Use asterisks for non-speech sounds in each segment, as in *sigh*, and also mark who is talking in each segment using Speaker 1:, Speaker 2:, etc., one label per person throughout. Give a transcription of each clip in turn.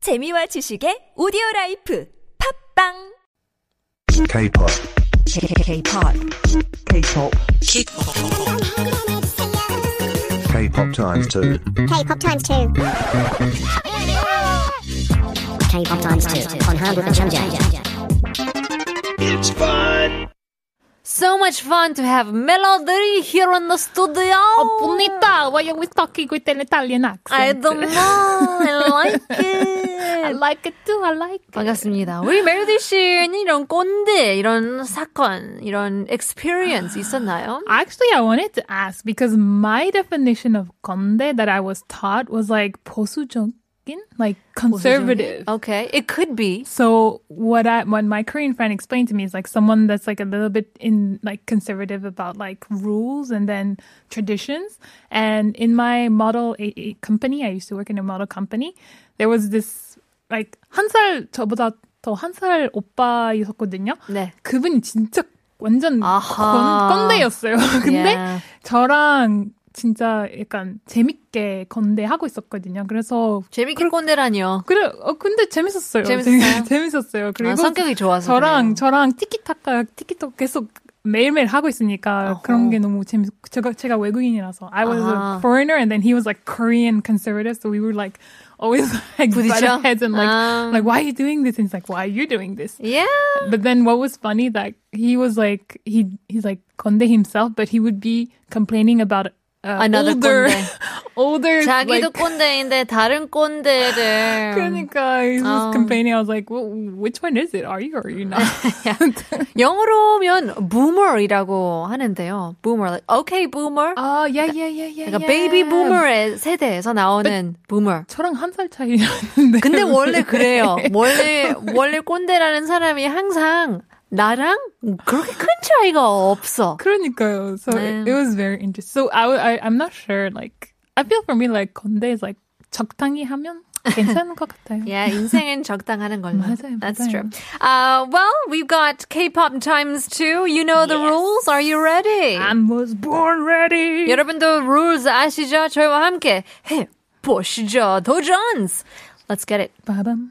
Speaker 1: 재미와 지식의 오디오 라이프 팝빵
Speaker 2: K-pop.
Speaker 3: K-pop. K-pop.
Speaker 2: K-pop times two.
Speaker 4: K-pop times two. K-pop times two on Hamburg and Changjiang.
Speaker 5: So much fun to have melody here in the studio.
Speaker 6: Bonita, why are we talking with an Italian accent?
Speaker 5: I
Speaker 6: *laughs*
Speaker 5: don't know. I like it.
Speaker 6: I like it too. I like it.
Speaker 5: 반갑습니다. 우리 멜로디 씨는 이런 꼰대, 이런 사건, 이런 experience 있었나요?
Speaker 6: Actually, I wanted to ask because my definition of conde that I was taught was like 보수적인, like conservative.
Speaker 5: Okay, it could be.
Speaker 6: So what I what my Korean friend explained to me is like someone that's like a little bit in like conservative about like rules and then traditions. And in my model a, a company, I used to work in a model company. There was this like 한 살 저보다 더 한 살 오빠이셨거든요.
Speaker 5: 네.
Speaker 6: 그분이 진짜 완전
Speaker 5: 아하.
Speaker 6: 건, 건대였어요. *laughs* 근데
Speaker 5: Yeah.
Speaker 6: 저랑 진짜 약간 재밌게 건대 하고 있었거든요. 그래서
Speaker 5: 재밌게 꼰대라니요. 아,
Speaker 6: 그래, 어, 근데 재밌었어요.
Speaker 5: 재밌었어요?
Speaker 6: 되게 *laughs* 재밌었어요. 그리고
Speaker 5: 아, 성격이 좋아서. 그래요.
Speaker 6: 저랑 저랑 티키타카 티키톡 계속 매일매일 하고 있으니까
Speaker 5: 어허.
Speaker 6: 그런 게 너무 재밌고 제가 제가 외국인이라서 I was
Speaker 5: 아.
Speaker 6: a foreigner and then he was like Korean conservative, so we were like always *laughs* like butt
Speaker 5: 부딪혀?
Speaker 6: heads and like
Speaker 5: 아.
Speaker 6: like why are you doing this? And he's like why are you doing this?
Speaker 5: Yeah.
Speaker 6: But then what was funny that he was like he he's like Conde himself, but he would be complaining about uh,
Speaker 5: Another
Speaker 6: older
Speaker 5: 건대.
Speaker 6: *laughs* older
Speaker 5: 자기도
Speaker 6: like,
Speaker 5: 꼰대인데 다른 꼰대를
Speaker 6: *laughs* 그러니까 he was
Speaker 5: Um.
Speaker 6: complaining. I was like, well, which one is it? Are you or
Speaker 5: *laughs*
Speaker 6: are you not?
Speaker 5: 영어로면 boomer이라고 하는데요. boomer, like okay boomer.
Speaker 6: 아, yeah, yeah, yeah, yeah.
Speaker 5: 그러니까 베이비 부머의 세대에서 나오는 부머.
Speaker 6: 저랑 한 살 차이였는데.
Speaker 5: 근데 *laughs* 원래 그래요. 네. 원래 원래 꼰대라는 사람이 항상 나랑 그렇게 큰 차이가 없어.
Speaker 6: *laughs* 그러니까요. So
Speaker 5: 네.
Speaker 6: it, it was very interesting. So I, I, I'm not sure. Like, I feel for me like 건데 is like 적당히 하면 괜찮은 것
Speaker 5: *laughs*
Speaker 6: 같아요.
Speaker 5: Yeah, 인생은 적당하는 걸로.
Speaker 6: 맞아요,
Speaker 5: That's
Speaker 6: 맞아요.
Speaker 5: true. Uh, well, we've got K-pop times two. You know the rules. Are you ready?
Speaker 6: I was born ready.
Speaker 5: 여러분도 rules 아시죠? 저희와 함께 해 보시죠. 도전스. Let's get it.
Speaker 6: 빠밤.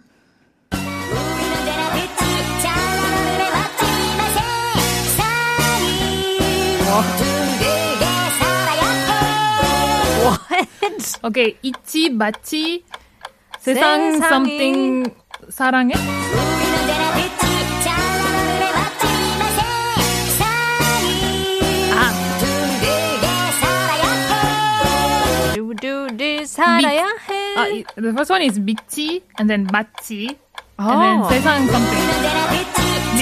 Speaker 6: Okay, 이치 마치 세상
Speaker 5: 세상이.
Speaker 6: something 사랑해.
Speaker 5: 두두두 살아야 해.
Speaker 6: 아, 이- the first one is 미치 and then 마치 and then
Speaker 5: 아.
Speaker 6: 세상 something.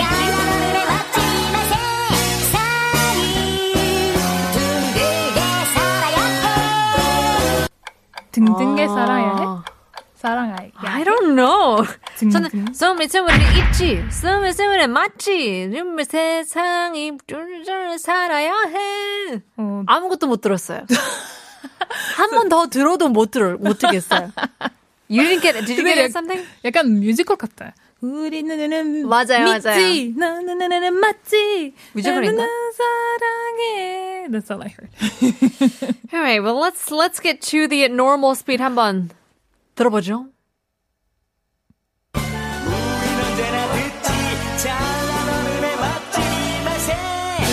Speaker 6: 등등게 살아야 해? 사랑해.
Speaker 5: I don't know.
Speaker 6: 등등.
Speaker 5: 아, 저는 썸을 썸을 있지, 썸을 썸을 맞지, 눈물 세상이 쫄쫄 살아야 해.
Speaker 6: 어,
Speaker 5: 아무것도 못
Speaker 6: *laughs*
Speaker 5: 들었어요. 한 번 더 들어도 못 들어 못
Speaker 6: *laughs*
Speaker 5: 듣겠어요. You didn't get it. Did you get
Speaker 6: 근데
Speaker 5: it something?
Speaker 6: 약간 뮤지컬 같아. 우리 눈에는
Speaker 5: 맞아요,
Speaker 6: 믿지. 나 눈에는 맞지.
Speaker 5: 뮤지컬인가?
Speaker 6: 나 사랑해. That's all I heard.
Speaker 5: All right. Well, let's let's get to the normal speed 한번 들어보죠.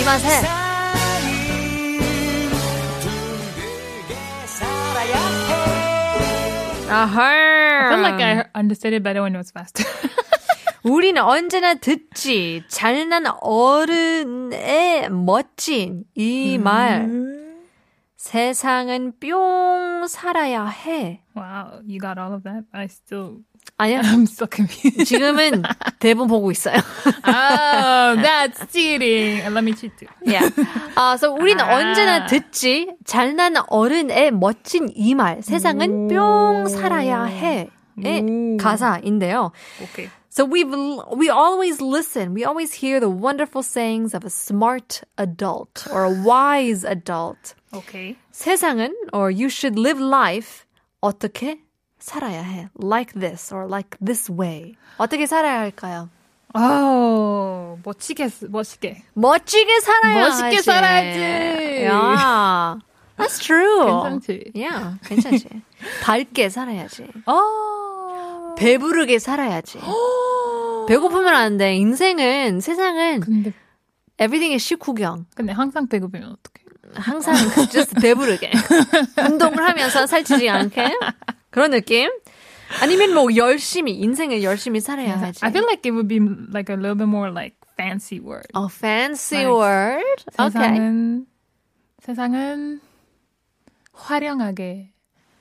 Speaker 5: 이 맛에
Speaker 6: I felt like
Speaker 5: 아하.
Speaker 6: I understood it better when it was faster. *laughs*
Speaker 5: 우리는 언제나 듣지 잘난 어른의 멋진 이 말. 음. 세상은 뿅 살아야 해.
Speaker 6: wow, you got all of that. I still,
Speaker 5: 아니야.
Speaker 6: I'm so
Speaker 5: *laughs*
Speaker 6: confused.
Speaker 5: 지금은 대본 보고 있어요.
Speaker 6: oh, that's cheating. And let me cheat too.
Speaker 5: yeah. 아, so 우리는
Speaker 6: 아.
Speaker 5: 언제나 듣지 잘난 어른의 멋진 이 말. 세상은 뿅 살아야 해. 의 가사인데요.
Speaker 6: Okay.
Speaker 5: So we've l- we always listen. We always hear the wonderful sayings of a smart adult or a wise adult.
Speaker 6: Okay.
Speaker 5: 세상은 or you should live life 어떻게 살아야 해. Like this or like this way. 어떻게 살아야 할까요?
Speaker 6: Oh, 멋지게, 멋지게.
Speaker 5: 멋지게 살아야
Speaker 6: 멋있게
Speaker 5: 하지.
Speaker 6: 살아야지.
Speaker 5: 야. That's true.
Speaker 6: 괜찮지?
Speaker 5: Yeah, 괜찮지. 밝게 살아야지.
Speaker 6: Oh.
Speaker 5: 배부르게 살아야지. 배고프면 안 돼. 인생은 세상은
Speaker 6: 근데
Speaker 5: everything is 식후경.
Speaker 6: 근데 항상 배고프면 어떡해?
Speaker 5: 항상 그 just *laughs* 배부르게 운동을 하면서 살찌지 않게 그런 느낌. 아니면 뭐 열심히 인생을 열심히 네. 살아야지.
Speaker 6: I feel like it would be like a little bit more like fancy word.
Speaker 5: Oh, fancy
Speaker 6: Nice.
Speaker 5: word. Okay.
Speaker 6: 세상은 세상은 화려하게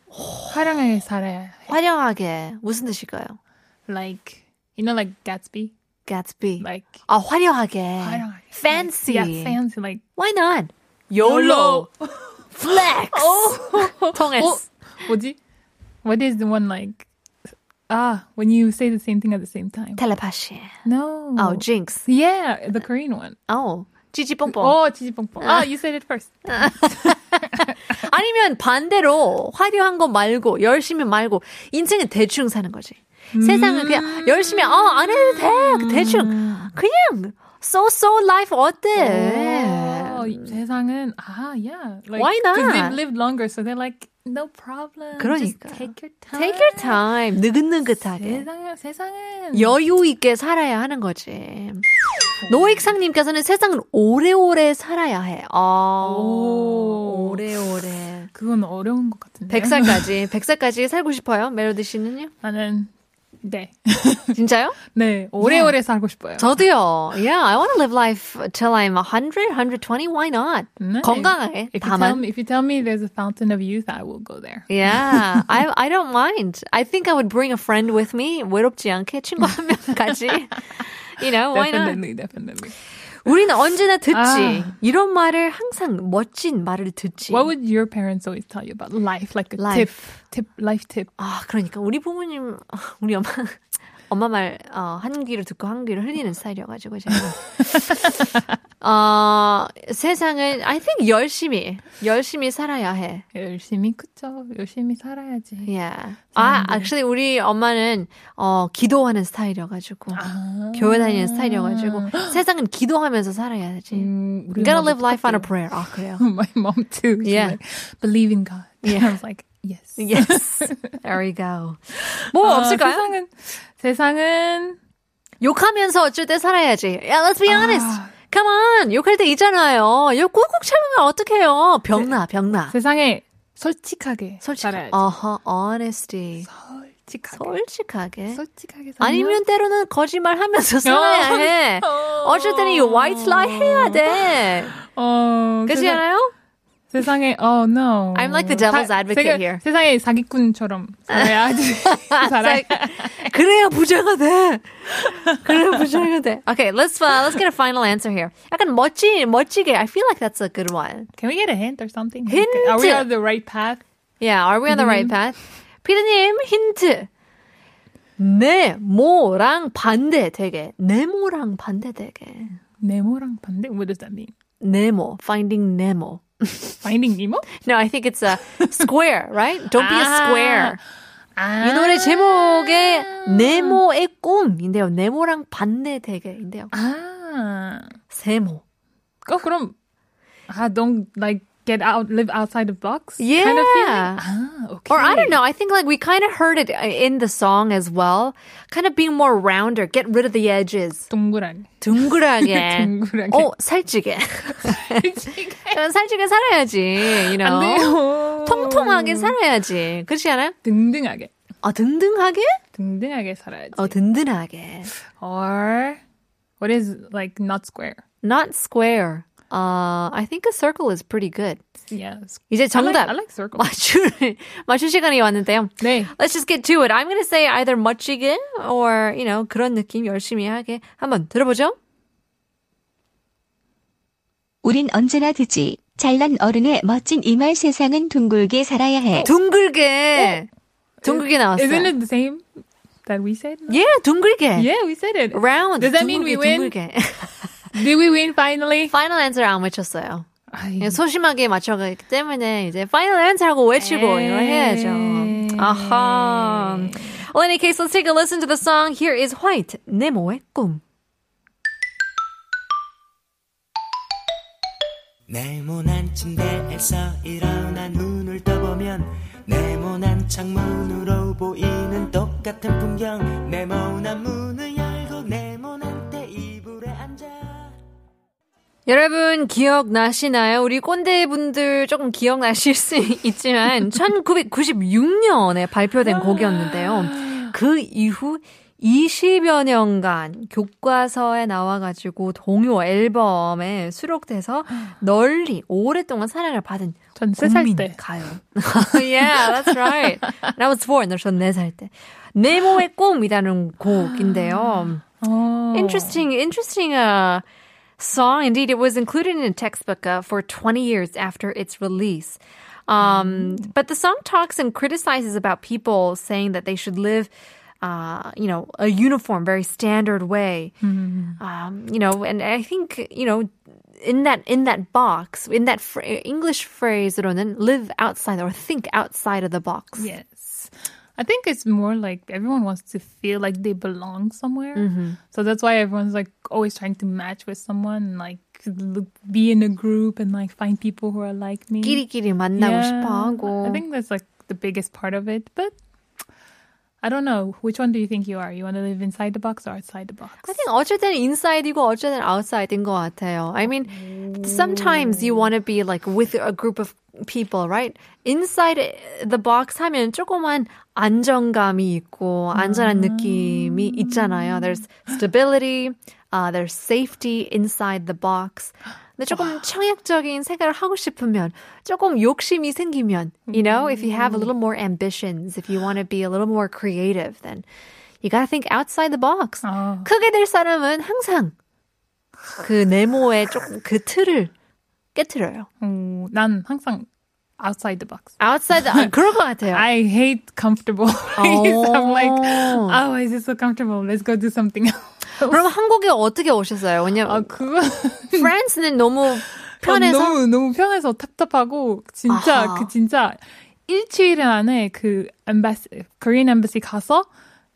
Speaker 6: 화려하게 살아야 해.
Speaker 5: 화려하게 무슨 뜻일까요?
Speaker 6: like you know like Gatsby
Speaker 5: Gatsby.
Speaker 6: like
Speaker 5: 아 화려하게.
Speaker 6: 화려하게.
Speaker 5: Fancy.
Speaker 6: yeah fancy like
Speaker 5: Why not? *laughs* YOLO. Flex. 통했어.
Speaker 6: 어 뭐지 what is the one like ah when you say the same thing at the same time
Speaker 5: 텔레파시.
Speaker 6: no
Speaker 5: Oh, jinx.
Speaker 6: yeah the Korean one
Speaker 5: Oh, 찌찌뽕뽕. 아.
Speaker 6: oh 지지뽕뽕 ah you said it first
Speaker 5: 아니면 반대로 화려한 거 말고 열심히 말고 인생은 대충 사는 거지.
Speaker 6: 음.
Speaker 5: 세상은 그냥 열심히 어 안 해도 돼 대충 그냥 so so life 어때?
Speaker 6: oh 세상은 ah yeah
Speaker 5: 네. 음.
Speaker 6: like,
Speaker 5: Why not?
Speaker 6: 'cause they've lived longer so they're like no problem
Speaker 5: 그러니까.
Speaker 6: just take your time
Speaker 5: Take your time 느긋느긋하게
Speaker 6: 세상은 세상은
Speaker 5: 여유 있게 살아야 하는 거지. 노익상님께서는 세상은 오래오래 살아야 해. 아
Speaker 6: 오. 네.
Speaker 5: 오래오래.
Speaker 6: 그건 어려운 것 같은데
Speaker 5: 100살까지, 100살까지 살고 싶어요? 멜로디 씨는요?
Speaker 6: 나는 네 *laughs*
Speaker 5: 진짜요?
Speaker 6: 네, 오래오래 살고 싶어요.
Speaker 5: 저도요. Yeah, I want to live life till I'm 100, 120. Why not?
Speaker 6: 네.
Speaker 5: 건강하게
Speaker 6: If you, tell
Speaker 5: 다만.
Speaker 6: me, if you tell me there's a fountain of youth, I will go there. *laughs*
Speaker 5: Yeah, I I don't mind. I think I would bring a friend with me. 외롭지 않게 친구 한 명까지. You know, why not?
Speaker 6: definitely, definitely.
Speaker 5: 우리는 언제나 듣지.
Speaker 6: 아.
Speaker 5: 이런 말을 항상 멋진 말을 듣지.
Speaker 6: What would your parents always tell you about life? Like a
Speaker 5: 예. Life.
Speaker 6: tip, tip, life tip.
Speaker 5: 아, 그러니까 우리 부모님, 우리 엄마, 엄마 말, 어, 한 귀로 듣고 한 귀로 흘리는 스타일이어가지고 제가.
Speaker 6: *laughs*
Speaker 5: 어, 세상은, I think 열심히, 열심히 살아야 해.
Speaker 6: 열심히 그쵸? 열심히 살아야지.
Speaker 5: Yeah.
Speaker 6: 음.
Speaker 5: 아, actually 우리 엄마는 어 기도하는 스타일이어가지고
Speaker 6: 아.
Speaker 5: 교회 다니는 스타일이어가지고 세상은 기도하면서 살아야지.
Speaker 6: 음, 우리
Speaker 5: You gotta
Speaker 6: 엄마도
Speaker 5: live life on a prayer. 아 그래요.
Speaker 6: *laughs* My mom too. She's
Speaker 5: Yeah.
Speaker 6: Like, Believe in God. *laughs*
Speaker 5: Yeah.
Speaker 6: I was like, yes.
Speaker 5: Yes. There we go. 뭐
Speaker 6: 아,
Speaker 5: 없을까요?
Speaker 6: 세상은 세상은
Speaker 5: 욕하면서 어쩔 때 살아야지. Yeah, let's be honest. Come on. 욕할 때 있잖아요. 욕 꾹꾹 참으면 어떡해요. 병나
Speaker 6: 네.
Speaker 5: 병나.
Speaker 6: 세상에 솔직하게
Speaker 5: 솔직.
Speaker 6: 살아야지.
Speaker 5: 어허. Honesty.
Speaker 6: 솔직하게.
Speaker 5: 솔직하게.
Speaker 6: 솔직하게 살면
Speaker 5: 아니면 때로는 거짓말하면서 살아야 해. 어쩔 때는 이 white lie 해야 돼.
Speaker 6: 어,
Speaker 5: 그렇지
Speaker 6: 세상-
Speaker 5: 않아요?
Speaker 6: 세상에 oh no.
Speaker 5: I'm like the devil's advocate here.
Speaker 6: 세상에 사기꾼처럼
Speaker 5: *laughs*
Speaker 6: 살아야지. *laughs* 살아.
Speaker 5: It's like, 그래야 부자가 돼. 그래야 부자가 돼. Okay, let's uh, let's get a final answer here. 약간 멋지 멋지게. I feel like that's a good one.
Speaker 6: *laughs* Can we get a hint or something?
Speaker 5: Hint.
Speaker 6: Are we on the right path?
Speaker 5: Yeah, are we on the right path? 피디님 힌트. 네모랑 반대 되게. 네모랑 반대 되게.
Speaker 6: 네모랑 반대. What does that mean?
Speaker 5: 네모. Finding Nemo.
Speaker 6: Finding Nemo?
Speaker 5: No, I think it's a square, right? Don't be a square.
Speaker 6: 아.
Speaker 5: 이 노래 제목에 네모의 꿈인데요. 네모랑 반대 대결인데요. Ah.
Speaker 6: 아.
Speaker 5: 세모.
Speaker 6: 어, Oh, 그럼 아, don't like get out live outside the box
Speaker 5: Yeah. Ah,
Speaker 6: kind of feeling. 아, okay.
Speaker 5: Or I don't know. I think like we kind of heard it uh, in the song as well. Kind of being more rounder. Get rid of the edges.
Speaker 6: 동그란.
Speaker 5: *laughs*
Speaker 6: *laughs*
Speaker 5: 둥그랗게.
Speaker 6: 둥그랗게.
Speaker 5: 어, 살찌게. 약간 *laughs* 살찌게 살아야지. You know.
Speaker 6: 안 돼요.
Speaker 5: 통통하게 살아야지. 그렇지 않아요?
Speaker 6: 등등하게.
Speaker 5: 아, 든든하게?
Speaker 6: 등등하게 살아야지.
Speaker 5: 어, 든든하게.
Speaker 6: Or what is like not square?
Speaker 5: Not square. Uh, I think a circle is pretty good.
Speaker 6: Yeah.
Speaker 5: 이제
Speaker 6: I like,
Speaker 5: 정답.
Speaker 6: I like circle.
Speaker 5: 맞출 맞출 시간이 왔는데요.
Speaker 6: 네.
Speaker 5: Let's just get to it. I'm gonna say either 멋지게 or you know 그런 느낌 열심히 하게 한번 들어보죠.
Speaker 3: 우린 언제나 듣지. 잘난 어른의 멋진 이 말 세상은 둥글게 살아야 해.
Speaker 5: 둥글게 둥글게 나왔어요.
Speaker 6: Isn't 네. it the same that we said?
Speaker 5: Yeah, 둥글게.
Speaker 6: Yeah, we said it.
Speaker 5: Round.
Speaker 6: Does that mean we win?
Speaker 5: 둥글게. *laughs*
Speaker 6: Did we win finally?
Speaker 5: Final answer 안 맞췄어요.
Speaker 6: 아이,
Speaker 5: 그냥 소심하게 맞춰가기 때문에 이제 final answer 하고 외치고 이거 해야죠. 아하. Well, in any case, let's take a listen to the song. Here is White 네모의 꿈.
Speaker 7: 네모난 침대에서 일어나 눈을 떠보면 네모난 창문으로 보이는 똑같은 풍경 네모난 문을 열고 네모난 때 이불에 앉아
Speaker 5: 여러분 기억나시나요? 우리 꼰대분들 조금 기억나실 수 *laughs* 있지만 1996년에 발표된 곡이었는데요. 그 이후 20여 년간 교과서에 나와가지고 동요 앨범에 수록돼서 널리 오랫동안 사랑을 받은
Speaker 6: 전 세 살
Speaker 5: 국민
Speaker 6: 때.
Speaker 5: 가요. *laughs* yeah, that's right. And I was born. 전네살 때. 네모의 꿈이라는 곡인데요.
Speaker 6: 어.
Speaker 5: Interesting, interesting uh, song. Indeed, it was included in a textbook uh, for 20 years after its release. Um, But the song talks and criticizes about people saying that they should live. Uh, you know, a uniform, very standard way.
Speaker 6: Mm-hmm.
Speaker 5: Um, you know, and I think you know, in that in that box, in that fr- English phrase로는 live outside or think outside of the box.
Speaker 6: Yes. I think it's more like everyone wants to feel like they belong somewhere.
Speaker 5: Mm-hmm.
Speaker 6: So that's why everyone's like always trying to match with someone, like look, be in a group and like find people who are like me.
Speaker 5: 끼리끼리 만나고 싶어 하고.
Speaker 6: I think that's like the biggest part of it. But I don't know. Which one do you think you are? You want to live inside the box or outside the box?
Speaker 5: I think 어쩔 때는 inside이고 어쩔 때는 outside인 것 같아요. I mean, sometimes you want to be like with a group of people, right? Inside eh, the box 하면 조그만 안정감이 있고 안전한 느낌이 있잖아요. There's stability, uh, there's safety inside the box. 근데 조금 청약적인 생각을 하고 싶으면 조금 욕심이 생기면, you know, if you have a little more ambitions, if you want to be a little more creative, then you gotta think outside the box.
Speaker 6: 아.
Speaker 5: 크게 될 사람은 항상 그 네모의 조금 그 틀을 깨트려요.
Speaker 6: 음, 난 항상 outside the box.
Speaker 5: Outside the, 아, *laughs* 그럴 것 같아요.
Speaker 6: I hate comfortable. *laughs* place. I'm like, oh, is it so comfortable? Let's go do something *laughs* else.
Speaker 5: 그럼 한국에 어떻게 오셨어요?
Speaker 6: 아,
Speaker 5: 왜냐면
Speaker 6: 그거
Speaker 5: *laughs* 프랑스는 너무 편해서
Speaker 6: 아, 너무 너무 편해서 답답하고 진짜
Speaker 5: 아하.
Speaker 6: 그 진짜 일주일 안에 그 embassy, Korean embassy 가서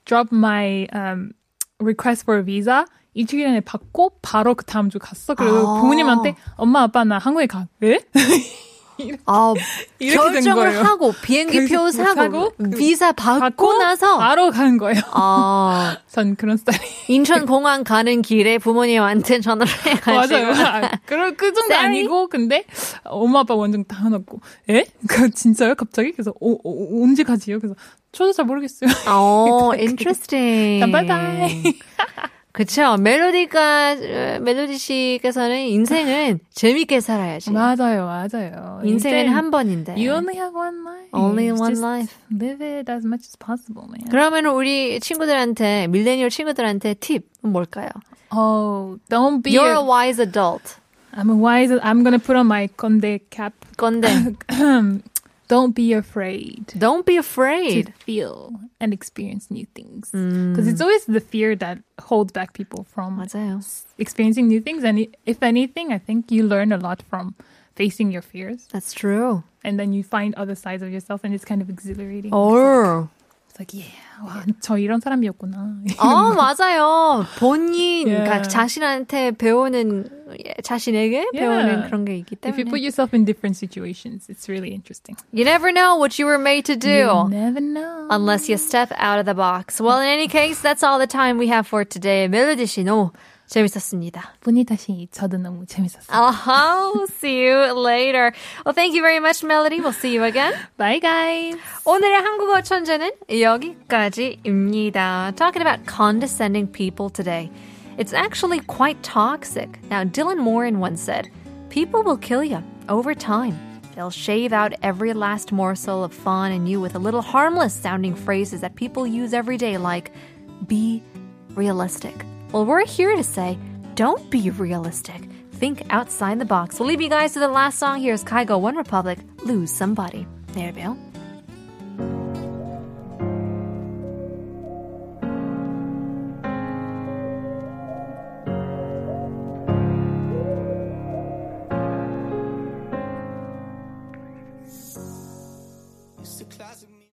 Speaker 6: drop my um, request for visa 일주일 안에 받고 바로 그 다음 주 갔어. 그리고
Speaker 5: 아.
Speaker 6: 부모님한테 엄마 아빠 나 한국에 가. 왜? *laughs*
Speaker 5: 아,
Speaker 6: 이렇게 된 거예요.
Speaker 5: 결정을 하고 비행기 표
Speaker 6: 그래서
Speaker 5: 사고,
Speaker 6: 사고, 그
Speaker 5: 비자 받고, 나서
Speaker 6: 바로 간 거예요.
Speaker 5: 아,
Speaker 6: *laughs* 전 그런 스타일.
Speaker 5: 인천 공항 가는 길에 부모님한테 전화를 해가지고
Speaker 6: *laughs* 맞아요. 아, 그럴 그 정도
Speaker 5: Sorry.
Speaker 6: 아니고 근데 엄마 아빠 완전 다 화났고 에? *laughs* 그 진짜요? 갑자기? 그래서 오, 오, 언제 가지요? 그래서 저도 잘 모르겠어요.
Speaker 5: *laughs* 어, interesting.
Speaker 6: 그럼 바이바이.
Speaker 5: 그쵸. 멜로디가, 어, 멜로디 씨께서는 인생은 재밌게 살아야지.
Speaker 6: 맞아요, 맞아요.
Speaker 5: 인생은 한 번인데.
Speaker 6: You only have one life.
Speaker 5: Only one
Speaker 6: Just
Speaker 5: life.
Speaker 6: Live it as much as possible, man.
Speaker 5: 네. 그러면 우리 친구들한테, 밀레니얼 친구들한테 팁은 뭘까요?
Speaker 6: Oh, don't be.
Speaker 5: You're
Speaker 6: a-
Speaker 5: a wise adult.
Speaker 6: I'm a wise. I'm gonna put on my conde cap. *clears throat*
Speaker 5: 건데, *laughs*
Speaker 6: don't be afraid.
Speaker 5: don't be
Speaker 6: to
Speaker 5: afraid. Mm.
Speaker 6: feel and experience new things. Because it's always the fear that holds back people from
Speaker 5: 맞아요.
Speaker 6: experiencing new things. And i- if anything, I think you learn a lot from facing your fears.
Speaker 5: That's true.
Speaker 6: And then you find other sides of yourself, and it's kind of
Speaker 5: Oh,
Speaker 6: exhilarating.
Speaker 5: 어.
Speaker 6: It's like, yeah, 와, 저 이런 사람이었구나.
Speaker 5: 어, 맞아요. 본인,
Speaker 6: Yeah.
Speaker 5: 그러니까 자신한테 배우는, 자신에게 배우는
Speaker 6: Yeah.
Speaker 5: 그런 게 있기
Speaker 6: *laughs* If you put
Speaker 5: 때문에.
Speaker 6: yourself in different situations, it's really interesting.
Speaker 5: You never know what you were made to do.
Speaker 6: You never know.
Speaker 5: unless you step out of the box. Well, in any case, that's all the time we have for today. 멜로디 씨 너무 재밌었습니다.
Speaker 6: 분이 다시 저도 너무 재밌었어요.
Speaker 5: I'll Uh-huh. see you later. Well, thank you very much, Melody. We'll see you again.
Speaker 6: Bye, guys.
Speaker 5: 오늘의 한국어 천재는 여기까지입니다. Talking about condescending people today. It's actually quite toxic. Now, Dylan Moran once said, People will kill you over time. They'll shave out every last morsel of fun in you with a little harmless sounding phrases that people use every day, like, be realistic. Well, we're here to say, don't be realistic. Think outside the box. We'll leave you guys to the last song. Here's Kaigo One Republic, Lose Somebody. There, Bill.